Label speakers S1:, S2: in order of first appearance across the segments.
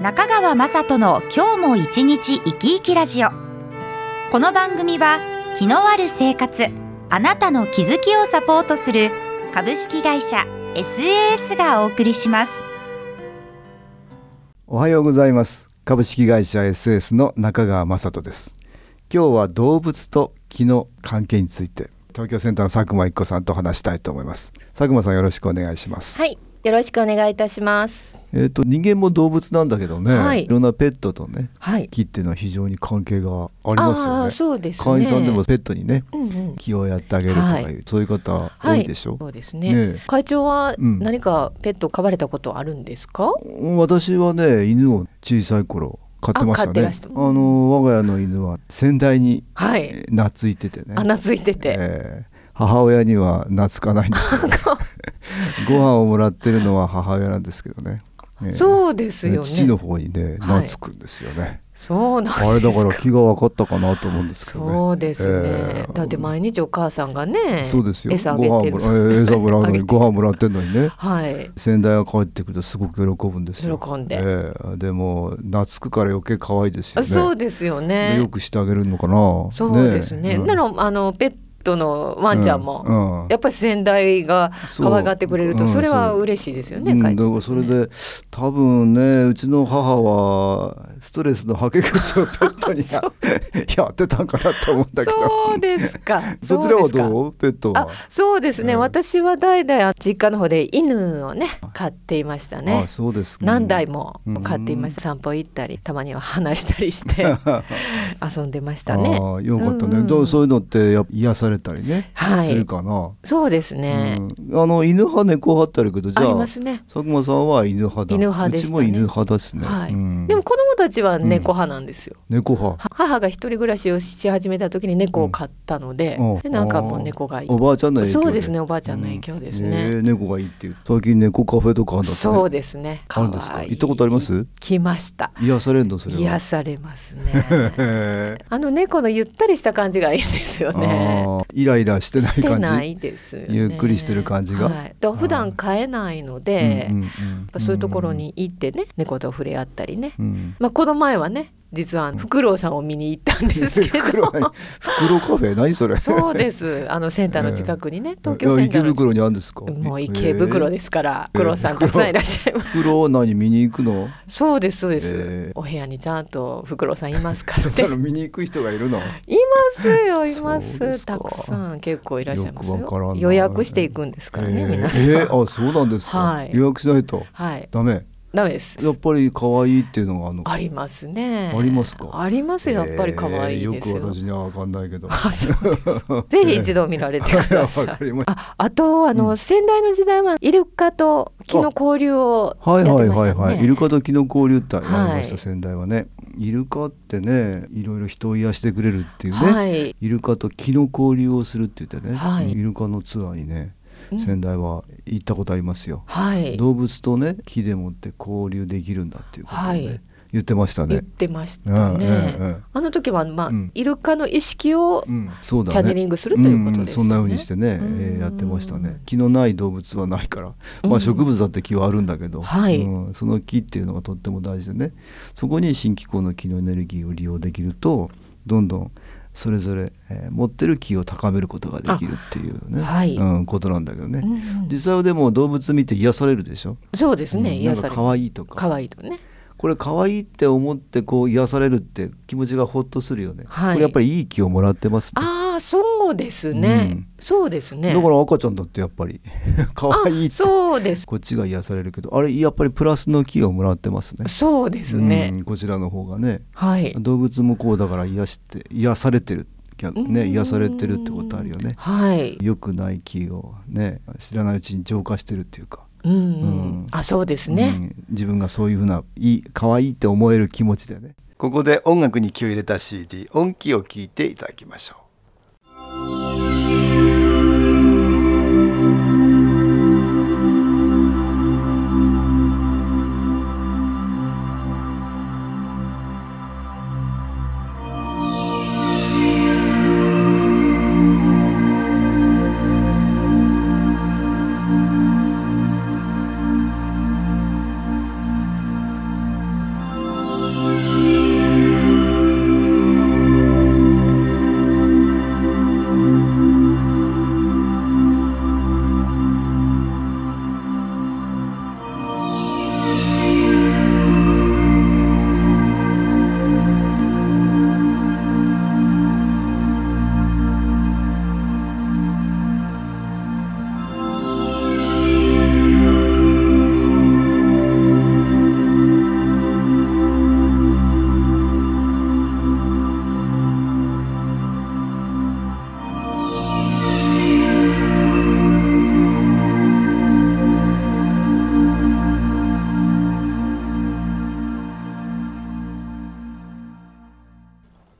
S1: 中川雅人の今日も一日生き生きラジオこの番組は気のある生活あなたの気づきをサポートする株式会社 SAS がお送りします
S2: おはようございます株式会社 SS の中川雅人です今日は動物と気の関係について東京センターの佐久間一子さんと話したいと思います佐久間さんよろしくお願いします、
S3: はい、よろしくお願いいたします。
S2: えっ、と人間も動物なんだけどね、
S3: はい
S2: い、ろんなペットとね
S3: はい。
S2: 木っていうのは非常に関係がありますよ
S3: あ
S2: ね
S3: ーそうですね。
S2: 会員さんでもペットにね
S3: うんうん。
S2: 気をやってあげるとかいう、
S3: は
S2: そういう方多いでしょ、
S3: そうですね。
S2: ねえ
S3: 会長は
S2: うん
S3: 何かペット飼われたことあるんですか？
S2: 私はね犬を小さい頃飼ってました
S3: あ飼って
S2: ね
S3: らした
S2: あの我が家の犬は先代に
S3: はい。
S2: えー懐いててね
S3: 穴ついてて。
S2: えー母親には懐かないんですよ ご飯をもらってるのは母親なんですけどね、えー
S3: そうですよね。
S2: 父の方にね
S3: は
S2: 懐く
S3: い
S2: んですよね、
S3: そうなんです。
S2: あれだから気が分かったかなと思うんですけどね
S3: そうですね、
S2: えー
S3: だって毎日お母さんがね、
S2: そうですよ
S3: 餌あげてる。
S2: ご飯もらえー餌もらうのにご飯もらってんのにね
S3: はい。
S2: 先代が帰ってくるとすごく喜ぶんですよ
S3: 喜んで
S2: えーでも懐くから余計可愛いですよ
S3: あ
S2: ね
S3: そうですよ
S2: でよ
S3: ね。
S2: くしてあげるのかな
S3: そうですね。
S2: うん
S3: ならあのペットのワンちゃんも、
S2: うんうん
S3: やっぱり先代が可愛がってくれ
S2: そ
S3: る
S2: うう
S3: と
S2: ん
S3: それは
S2: そう
S3: 嬉しいですよ
S2: う
S3: ね。
S2: ん、
S3: 帰って
S2: だからそれで多分ねうちの母はストレスの吐け口をペットに ややってたんかなと思うんだけど
S3: そうですか。
S2: そちらは
S3: うですか
S2: どうペットは
S3: あ、そうですね。
S2: ええ
S3: 私は代々実家の方で犬をね飼っていましたね
S2: あ。そうですか
S3: 何台も
S2: うん
S3: 飼っていました。散歩行ったり、たまには話したりして 遊んでました
S2: あ
S3: ね。
S2: ーよかったね、
S3: うんうん
S2: だからそういうのってやっぱ癒されたりね、
S3: はい
S2: するかな、
S3: そうですね。
S2: うんあの犬派猫派ってあるけどじ
S3: あ
S2: ゃ
S3: り
S2: あ
S3: ますね。
S2: 佐久間さんは犬派だ
S3: 犬派でしたね
S2: うちも犬派ですね、
S3: はい
S2: うん
S3: でも子供たちは猫派なんですよ。
S2: 猫派
S3: 母が一人暮らしをし始めた時に猫を飼ったので、
S2: うん
S3: でなんかもう猫がいい
S2: お。ばあちゃんの影響
S3: そうですね。おばあちゃんの影響です
S2: うんえ
S3: ね。
S2: ー猫がいいっていう最近猫カフェとかあるんだってね
S3: そうですね。
S2: あるんです
S3: 可
S2: か
S3: 愛い
S2: 行ったことあります
S3: 来ました。
S2: 癒されるのそれは
S3: 癒されます
S2: へ
S3: ね。
S2: へ
S3: あの猫のゆったりした感じがいいんですよ ね。
S2: あーイライラしてない
S3: して
S2: 感じ
S3: ないですよね。
S2: ゆっくりしてる感じが
S3: はい、だから普段飼えないので、やっぱそういうところ、に行ってね、猫と触れ合ったりね。
S2: うんうんうん
S3: まあこの前はね、実はあのフクロウさんを見に行ったんですけ
S2: 袋
S3: ど。
S2: は袋カフェ何それ
S3: そ うです。あのセンターの近くにね、東京
S2: いや
S3: センター
S2: 池
S3: の近
S2: 袋にあるんですか
S3: く。もう池袋
S2: で
S3: ですから、
S2: えー
S3: フクロウさんたくさんいらっしゃいます。
S2: 袋を何見に行くの
S3: そうですそうです、
S2: えー
S3: お部屋にちゃんとフクロウさんいますから
S2: そ
S3: ね
S2: んなの見に行く人がいるの
S3: いますよ、い
S2: そ
S3: ま
S2: う
S3: す。
S2: ですか
S3: たくさん結構いらっしゃいます
S2: よくわからん
S3: よ。
S2: な
S3: 予約していくんですからね、
S2: えー
S3: 皆さん。
S2: えーあそうなんですか、
S3: はい
S2: 予約しないと
S3: はい、
S2: ダメ
S3: ダメです。
S2: やっぱり可愛いっていうのがあの
S3: ありますね。
S2: ありますか
S3: ありますよ、やっぱり可愛いで
S2: え
S3: す
S2: ー
S3: よ。
S2: よく私にはわかんないけ ど
S3: あそうぜひ一度見られてくだ
S2: わ
S3: さ
S2: か
S3: い。
S2: りました
S3: あ、あと、あの、
S2: うん
S3: 先代の時代はイルカと木の交流を や
S2: は
S3: っ
S2: い
S3: てま
S2: はい
S3: したね。
S2: はいはい、イルカとキノコ交流ってやりました、
S3: はい
S2: 先代はねイルカってねいろいろ人を癒してくれるっていうね、
S3: はい
S2: イルカとキノコ交流をするって言ってね、
S3: はい
S2: イルカのツアーにね
S3: うん
S2: 先代は行ったことありますよ、
S3: はい。
S2: 動物とね木でもって交流できるんだっていうことをね、
S3: はい
S2: 言ってました
S3: 言っ
S2: ね、
S3: てまし
S2: う
S3: た
S2: ん
S3: ね。
S2: うんうん
S3: あの時は、まあ、
S2: うん
S3: イルカの意識を
S2: うん、そうだね
S3: チャネリングするということです
S2: んんそ
S3: よね
S2: んな風にしてね、え
S3: うん
S2: ーやってましたね気のない動物はないから、ま
S3: う
S2: あ、
S3: ん
S2: 植物だって気はあるんだけど、
S3: はい
S2: うんその気っていうのがとっても大事でねそこに新機構の気のエネルギーを利用できるとどんどんそれぞれ、えー持ってる気を高めることができるっていうね、
S3: あはい
S2: うん、ことなんだけどね、
S3: うん
S2: 実際はでも動物見て癒されるでしょ、
S3: そうですね、
S2: うん
S3: 癒
S2: な
S3: さ
S2: んか
S3: れ
S2: 可
S3: る。
S2: 愛いとか
S3: 可愛いとね。
S2: これ可愛いって思ってこう癒されるって気持ちがほっとするよね、
S3: はい
S2: これやっぱりいい気をもらってますね
S3: ああそうですね、
S2: うん
S3: そうですね
S2: だから赤ちゃんだってやっぱり 可愛いっ
S3: あ
S2: て
S3: そうです
S2: こっちが癒されるけどあれやっぱりプラスの気をもらってますね。
S3: そうですね、
S2: うんこちらの方がね
S3: はい
S2: 動物もこうだから癒して癒されてる逆
S3: う
S2: ね
S3: ん
S2: 癒されてるってことあるよね。
S3: はい
S2: 良くない気をね知らないうちに浄化してるっていうか、
S3: うん、
S2: うん
S3: あそうです
S2: う
S3: ね、
S2: ん自分がそういうふうないい可愛いって思える気持ちでね
S4: ここで音楽に気を入れた CD 音機を聴いていただきましょう。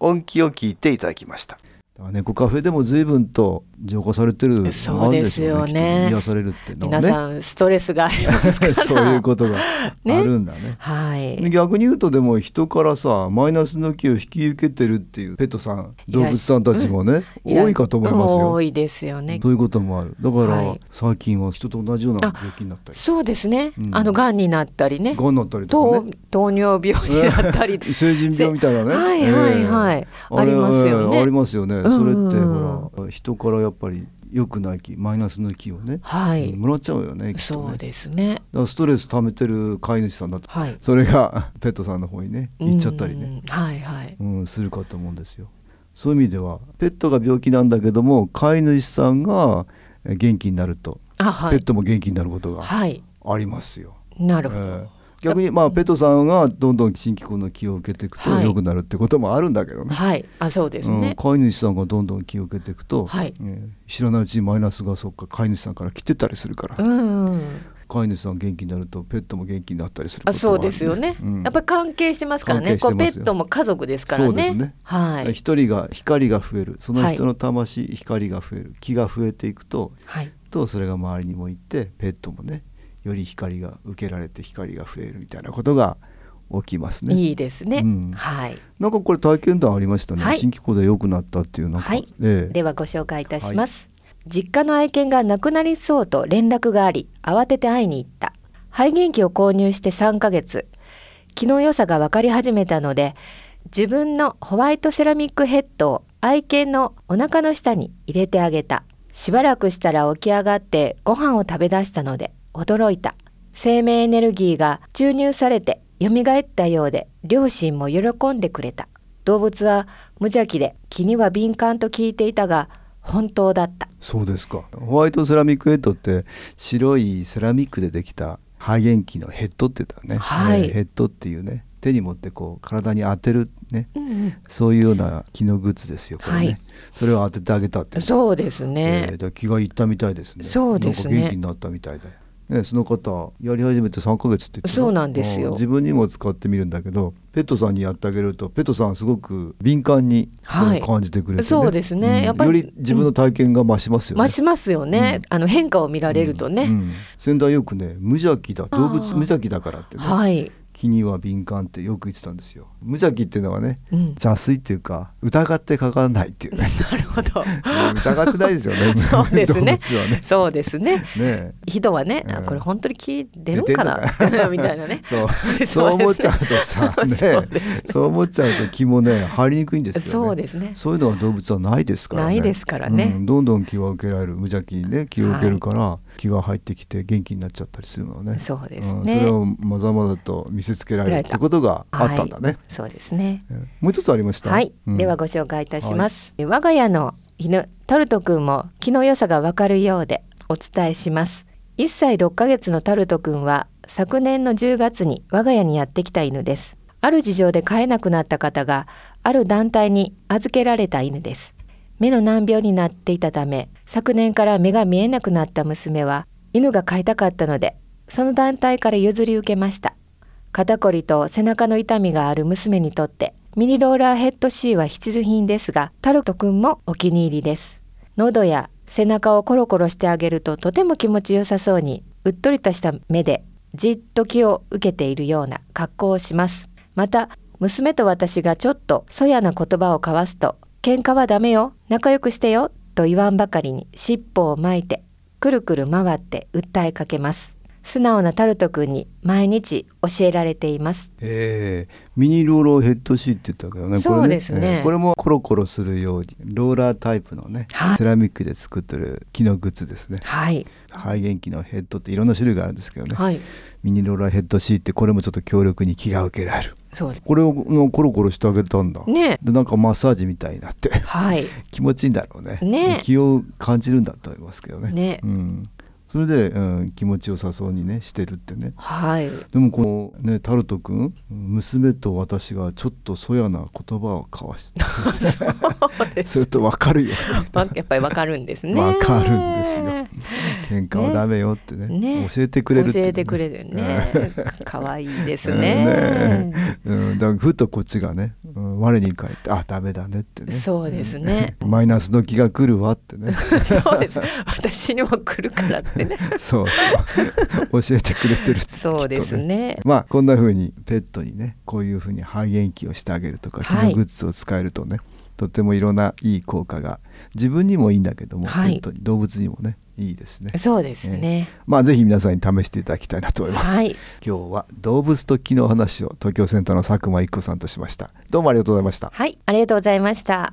S4: 音機を聞いていただきました。
S2: 猫カフェでも随分と浄化されてるの
S3: そうです
S2: あ
S3: よね
S2: るんでしょうねきっと癒されるっていうのは
S3: 皆
S2: ね
S3: さんストレスがありますから
S2: そういうことがあるんだね
S3: はい
S2: 逆に言うとでも人からさマイナスの気を引き受けてるっていうペットさん動物さんたちもね
S3: いや
S2: 多いかと思いますよ
S3: 多いですよね
S2: そういうこともあるだから、
S3: はい
S2: 最近は人と同じような
S3: あ
S2: 病気になったり
S3: そうですね、
S2: うん
S3: あの癌になったりね
S2: がんになったりとか
S3: 糖
S2: ね
S3: 糖尿病になっ たり
S2: 成人病みたいなね
S3: はいはいはい
S2: あ
S3: あ
S2: れ
S3: りますよ
S2: ええあ
S3: ね
S2: りますよね、
S3: んうん
S2: それってほら人からやっぱり良くない気マイナスの気をね、
S3: はい、
S2: もらっちゃうよねきっとね
S3: そうですね
S2: だからストレス溜めてる飼い主さんだと
S3: はい
S2: それが ペットさんの方にね行っちゃったりね、
S3: うんはいはい
S2: うんするかと思うんですよそういう意味ではペットが病気なんだけども飼い主さんがえ元気になると、
S3: あは
S2: ペ
S3: い
S2: ットも元気になることが
S3: はい
S2: ありますよ、
S3: なるほど、
S2: ええ逆にまあペットさんがどんどん新機構の気を受けていくと
S3: はい
S2: 良くなるってこともあるんだけどね、
S3: はいあそうです
S2: うん、
S3: ね、
S2: 飼い主さんがどんどん気を受けていくと、
S3: はい
S2: ええ知らないうちにマイナスがそっか飼い主さんから来てたりするから、
S3: うんうん
S2: 飼い主さん元気になるとペットも元気になったりすること
S3: あ
S2: も
S3: そうですよね、
S2: うん
S3: やっぱり関係してますから
S2: 関係
S3: ね
S2: して
S3: こうペ
S2: ますよ
S3: ットも家族ですからね
S2: そうですね
S3: はい、
S2: 一人が光が増えるその
S3: はい
S2: 人の魂、光が増える気が増えていくと
S3: はい、
S2: とそれが周りにもいってペットもねより光が受けられて光が増えるみたいなことが起きますね。
S3: いいですね、
S2: うん
S3: はい、
S2: なんかこれ体験談ありましたね、
S3: はい
S2: 新機構で良くなったっていうなんか、
S3: はい
S2: ええ
S3: ではご紹介いたします、実家の愛犬が亡くなりそうと連絡があり慌てて会いに行った肺元気を購入して3ヶ月気の良さが分かり始めたので自分のホワイトセラミックヘッドを愛犬のお腹の下に入れてあげたしばらくしたら起き上がってご飯を食べ出したので驚いた生命エネルギーが注入されて蘇ったようで両親も喜んでくれた動物は無邪気で気には敏感と聞いていたが本当だった
S2: そうですかホワイトセラミックヘッドって白いセラミックでできた肺元気のヘッドって言ったらね、
S3: はい
S2: ええヘッドっていうね手に持ってこう体に当てるね
S3: うん
S2: そういうような機能グッズですよ。これね、
S3: はい
S2: それを当ててあげたっていう。う
S3: そうです
S2: え
S3: ね
S2: え、だから気がいったみたいですね。
S3: そうですね
S2: なんか元気になったみたいで。ね、その方やり始めて3ヶ月って言ってた
S3: そうなんですよ
S2: ああ自分にも使ってみるんだけどペットさんにやってあげるとペットさんすごく敏感に
S3: はい
S2: 感じてくれて、ね
S3: そうですねやっぱり
S2: より自分の体験が増しますよね、
S3: 増しますよね、あの変化を見られるとね、
S2: うん先代よくね無邪気だ動物
S3: ああ
S2: 無邪気だからってね、
S3: はい、
S2: 気には敏感ってよく言ってたんですよ無邪気っていうのはね
S3: うん、
S2: 邪推っていうか疑ってかからないっていう ね
S3: なるほど
S2: 疑ってないですよね。
S3: そうで す
S2: 動
S3: ね
S2: 物はね。
S3: そうですね
S2: ね
S3: 人はね、あ
S2: うん
S3: これ本当に気出るかな みたいなね
S2: そう
S3: そう です
S2: そう思っちゃうとさ
S3: そう
S2: ね
S3: そうですね
S2: そう思っちゃうと気もね入りにくいんですよね。
S3: そうですね
S2: そういうのは動物はないですからね。
S3: ないですからね
S2: うんどんどん気は受けられる無邪気にね気を受けるから、気が入ってきて元気になっちゃったりするのはね。
S3: そうですね
S2: んそれをまざまざと見せつけられるってことがあったんだね。
S3: はい、そうですね
S2: うんもう一つありました。
S3: はい、
S2: うん
S3: ではご紹介いたします、我が家の犬タルトくんも気の良さがわかるようでお伝えします1歳6ヶ月のタルトくんは昨年の10月に我が家にやってきた犬ですある事情で飼えなくなった方がある団体に預けられた犬です目の難病になっていたため昨年から目が見えなくなった娘は犬が飼いたかったのでその団体から譲り受けました肩こりと背中の痛みがある娘にとってミニローラーヘッド C は必需品ですがタルト君もお気に入りです喉や背中をコロコロしてあげるととても気持ちよさそうにうっとりとした目でじっと気を受けているような格好をしますまた娘と私がちょっとそやな言葉を交わすと「喧嘩はダメよ仲良くしてよ」と言わんばかりに尻尾を巻いてくるくる回って訴えかけます素直なタルト君に毎日教えられています
S5: ええミニローラーヘッドシーって言ったけどね
S3: そうですね
S5: これええこれもコロコロするようにローラータイプのね、
S3: はい
S5: セラミックで作ってる木のグッズですね
S3: はい
S5: 肺元気のヘッドっていろんな種類があるんですけどね、
S3: はい
S5: ミニローラーヘッドシーってこれもちょっと強力に気が受けられる
S3: そう
S5: これをのコロコロしてあげたんだ、
S3: ね
S5: でなんかマッサージみたいになって
S3: はい
S5: 気持ちいいんだろうね
S3: ね
S5: 気を感じるんだと思いますけどね
S3: ね
S5: うん、それで、うん、気持ちよさそうにねしてるってね
S3: はい
S5: でもこのねタルト君娘と私がちょっとそやな言葉を交わして するとわかるよ
S3: わ やっぱりわかるんですね
S5: わかるんですよ喧嘩はダメよってね
S3: ね
S5: 教えてくれるって
S3: 教
S5: いうね
S3: えてくれるよねかわいいですね
S5: ねうん、だからふとこっちがね、うん、我に返ってあダメだねってね
S3: そうですね
S5: マイナスの気が来るわって ね
S3: そうです私にも来るからってね
S5: そうそう教えてくれてるって
S3: そうです
S5: きっと
S3: ね
S5: まあこんな風にペットにねこういう風に肺元気をしてあげるとか機
S3: はい
S5: 能グッズを使えるとね、とてもいろんないい効果が自分にもいいんだけども、
S3: はい
S5: ペットに動物にもねいいですね
S3: そうですね
S5: まあぜひ皆さんに試していただきたいなと思います、
S3: はい
S5: 今日は動物と木の話を東京センターの佐久間一子さんとしましたどうもありがとうございました
S3: はいありがとうございました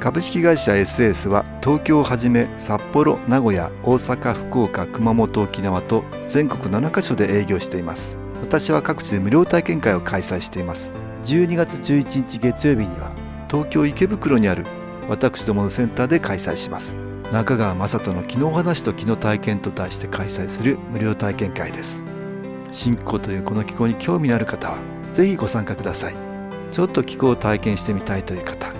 S2: 株式会社 SS は東京をはじめ札幌名古屋大阪福岡熊本沖縄と全国7カ所で営業しています私は各地で無料体験会を開催しています12月11日月曜日には東京池袋にある私どものセンターで開催します中川雅人の「昨日話と昨日体験」と題して開催する無料体験会です新興というこの気候に興味のある方はぜひご参加くださいちょっと気候を体験してみたいという方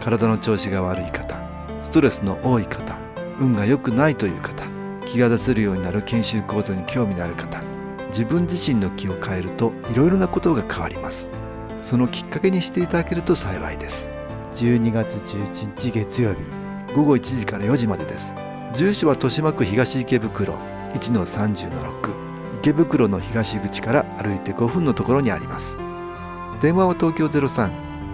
S2: 体の調子が悪い方ストレスの多い方運が良くないという方気が出せるようになる研修講座に興味のある方自分自身の気を変えるといろいろなことが変わりますそのきっかけにしていただけると幸いです12月11日月曜日午後1時から4時までです住所は豊島区東池袋1-30-6池袋の東口から歩いて5分のところにあります電話は東京03